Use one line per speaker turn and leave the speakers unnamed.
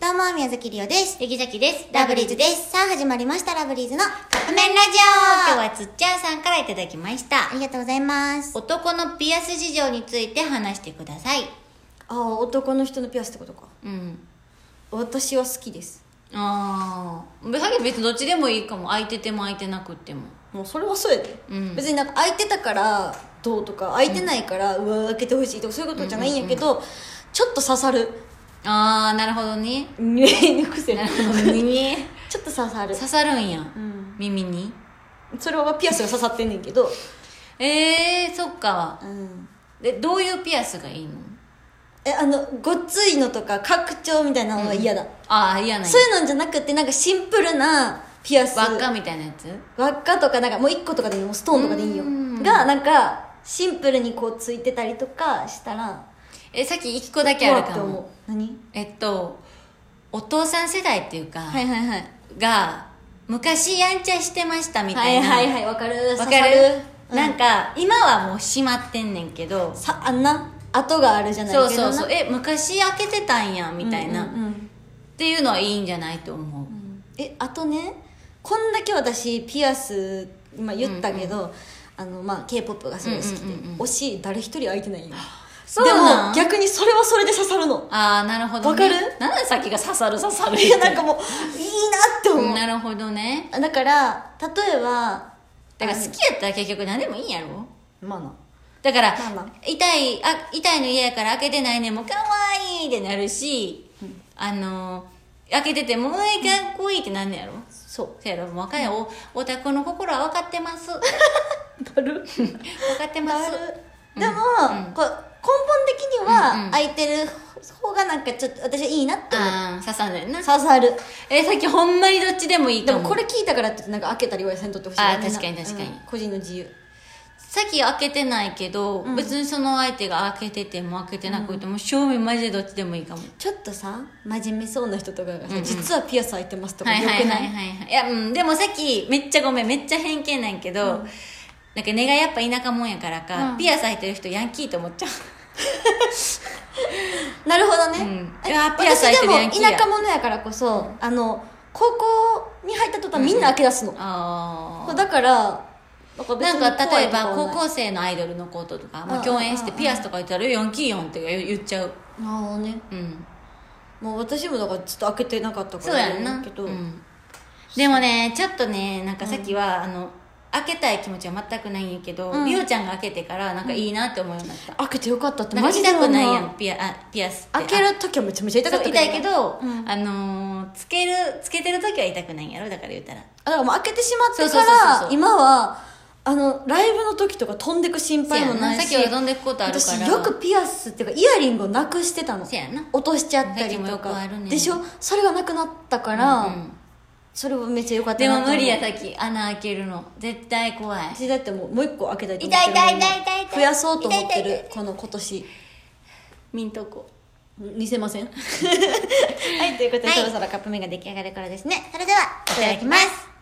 どうも、宮崎りおです。
ゆきざきです。
ラブリーズです。さあ、始まりました、ラブリーズのカップ麺ラジ
今
オ
日はつっちゃんさんからいただきまし
あ
た。
りがとうございます。
男のピアス事情について話してください。
ああ男の人のピアスってことか
うん。
私は好きです
ああ。はげ別にどっちでもいいかも。空いてても空いてなくっても。
もうそれはそうやで、
うん
別になんか空いてたからどうとか空いてないから、うわ開けてほしいとかそういうことじゃないんやけど、ちょっと刺さる
ああ、なるほどね。
耳の癖
なるほどね。
ちょっと刺さる
刺さるんや。
ん
耳に。
それはピアスが刺さってんねんけど
ええー、そっか
う。ん
で、どういうピアスがいいの
えあのごっついのとか拡張みたいなのは嫌だ、
ああ、嫌ない
そう。いうのじゃなくてなんかシンプルなピアス
輪っかみたいなやつ
輪っかとかなんかもう1個とかでいいのストーンとかでいいよ
うん
がなんかシンプルにこうついてたりとかしたら
え、さっき一個だけあるか
うわって
も。
思う何
えっと、お父さん世代っていうか、
はいはいはい
が、昔やんちゃしてましたみ
は
たい
い
な。
はいはいわかる
わ
刺
か
さ
る
うん
なんか、今はもう閉まってんねんけど、
さあんな跡があるじゃないけ
そう
どな
そうそう、え、昔開けてたんや、みたいな、
うんうんうん
っていうのはいいんじゃないと思う。
えあとねこんだけ私ピアス今言ったけど、あのまあ k p o p がすごい好きで、
うんうんうんうん
推し誰一人空いてないよ
そうなん
でも逆にそれはそれで刺さるの
ああ、なるほど、ね。
わかる
なんでさっきが刺さる刺さる
いやなんかもういいなって思う、
なるほどね。
だから例えば
だから好きやったら結局何でもいいんやろ
まあな
だから、
まあまあ
痛いあ痛いの嫌やから開けてないねもうかわいいってなるし、あの開けててもうえかっこいいってなんねやろ
そ
せやろもう若いおオタクの心は分かってます分
うだる
かってま
だ
す
るでも、
うん
こう根本的に
うんう
は
ん
空いてる方がなんかちょっと私はいいなって思う
あー刺さんだよな
刺さる
えさっきほんまにどっちでもいい
で
か
も
も
これ聞いたからって言ってなんか開けたりはせんとってほしいな
あー確かに確かに
うん個人の自由
さっき開けてないけど、別にその相手が開けてても開けてなくても、正面マジでどっちでもいいかも
ちょっとさ真面目そうな人とかがさ、
うんうん
実はピアス開いてますとか
は
よ
い
くな,、
はいいはいはいはいいや、うん、でもさっきめっちゃごめんめっちゃ偏見なんやけど、なんか根がやっぱ田舎もんやからか、ピアス履いてる人ヤンキーと思っちゃう
なるほどね、
うん
え
いやピアス
私
開いて
で
る
も
ヤンキーや
田舎者やからこそ、あの高校に入った途端みんな開け出すの、
あ
だからなんか別
な
に
んか
怖
例
い
え
とか
ば高
はない
校生のアイドルの子ととか、ま
う
あ、
ん
共演して
うん
ピアスとか言ったらえ「ヤンキーやん」って言っちゃう
なるほどね
うん
もう私もだからちょっと開けてなかったか
そう
ら
やんな
けど、
うんでもねちょっとねなんかさっきは、あの開けたい気持ちは全くないんやけど、
うん
美桜ちゃんが開けてからなんかいいなって思うようになった、
開けてよかったって
なんか
マジで
痛
思
く
う
ないやんピアあピアスって
開ける時はめちゃめちゃ痛か
そ
っ
う
た
痛いけど、
うん
あのーつけるつけてる時は痛くないんやろだから言うたら
あだからもう開けてしまって
そう
か
そうそうそう
ら今はあのライブの時とか飛んでく心配もないし
せやなさっきは飛んでくことあるから
私よくピアスっていうかイヤリングをなくしてたの
せやな
落としちゃったり
さっきもよ
と
くあ
か
るね
でしょそれがなくなったから、
うんうん
それはめっちゃ良かった
で
なと
も
思う
無理やさっき穴開けるの絶対怖い
私だってもうもう一個開けたいと
痛い
思っ
痛
てる
い痛い痛い痛い
増やそうと思って
痛い痛い
るこの今年
ミントコ
似 せませんはいということで、
はい
そろそろカップ麺が出来上がる頃ですね
ね、それでは、いただきます。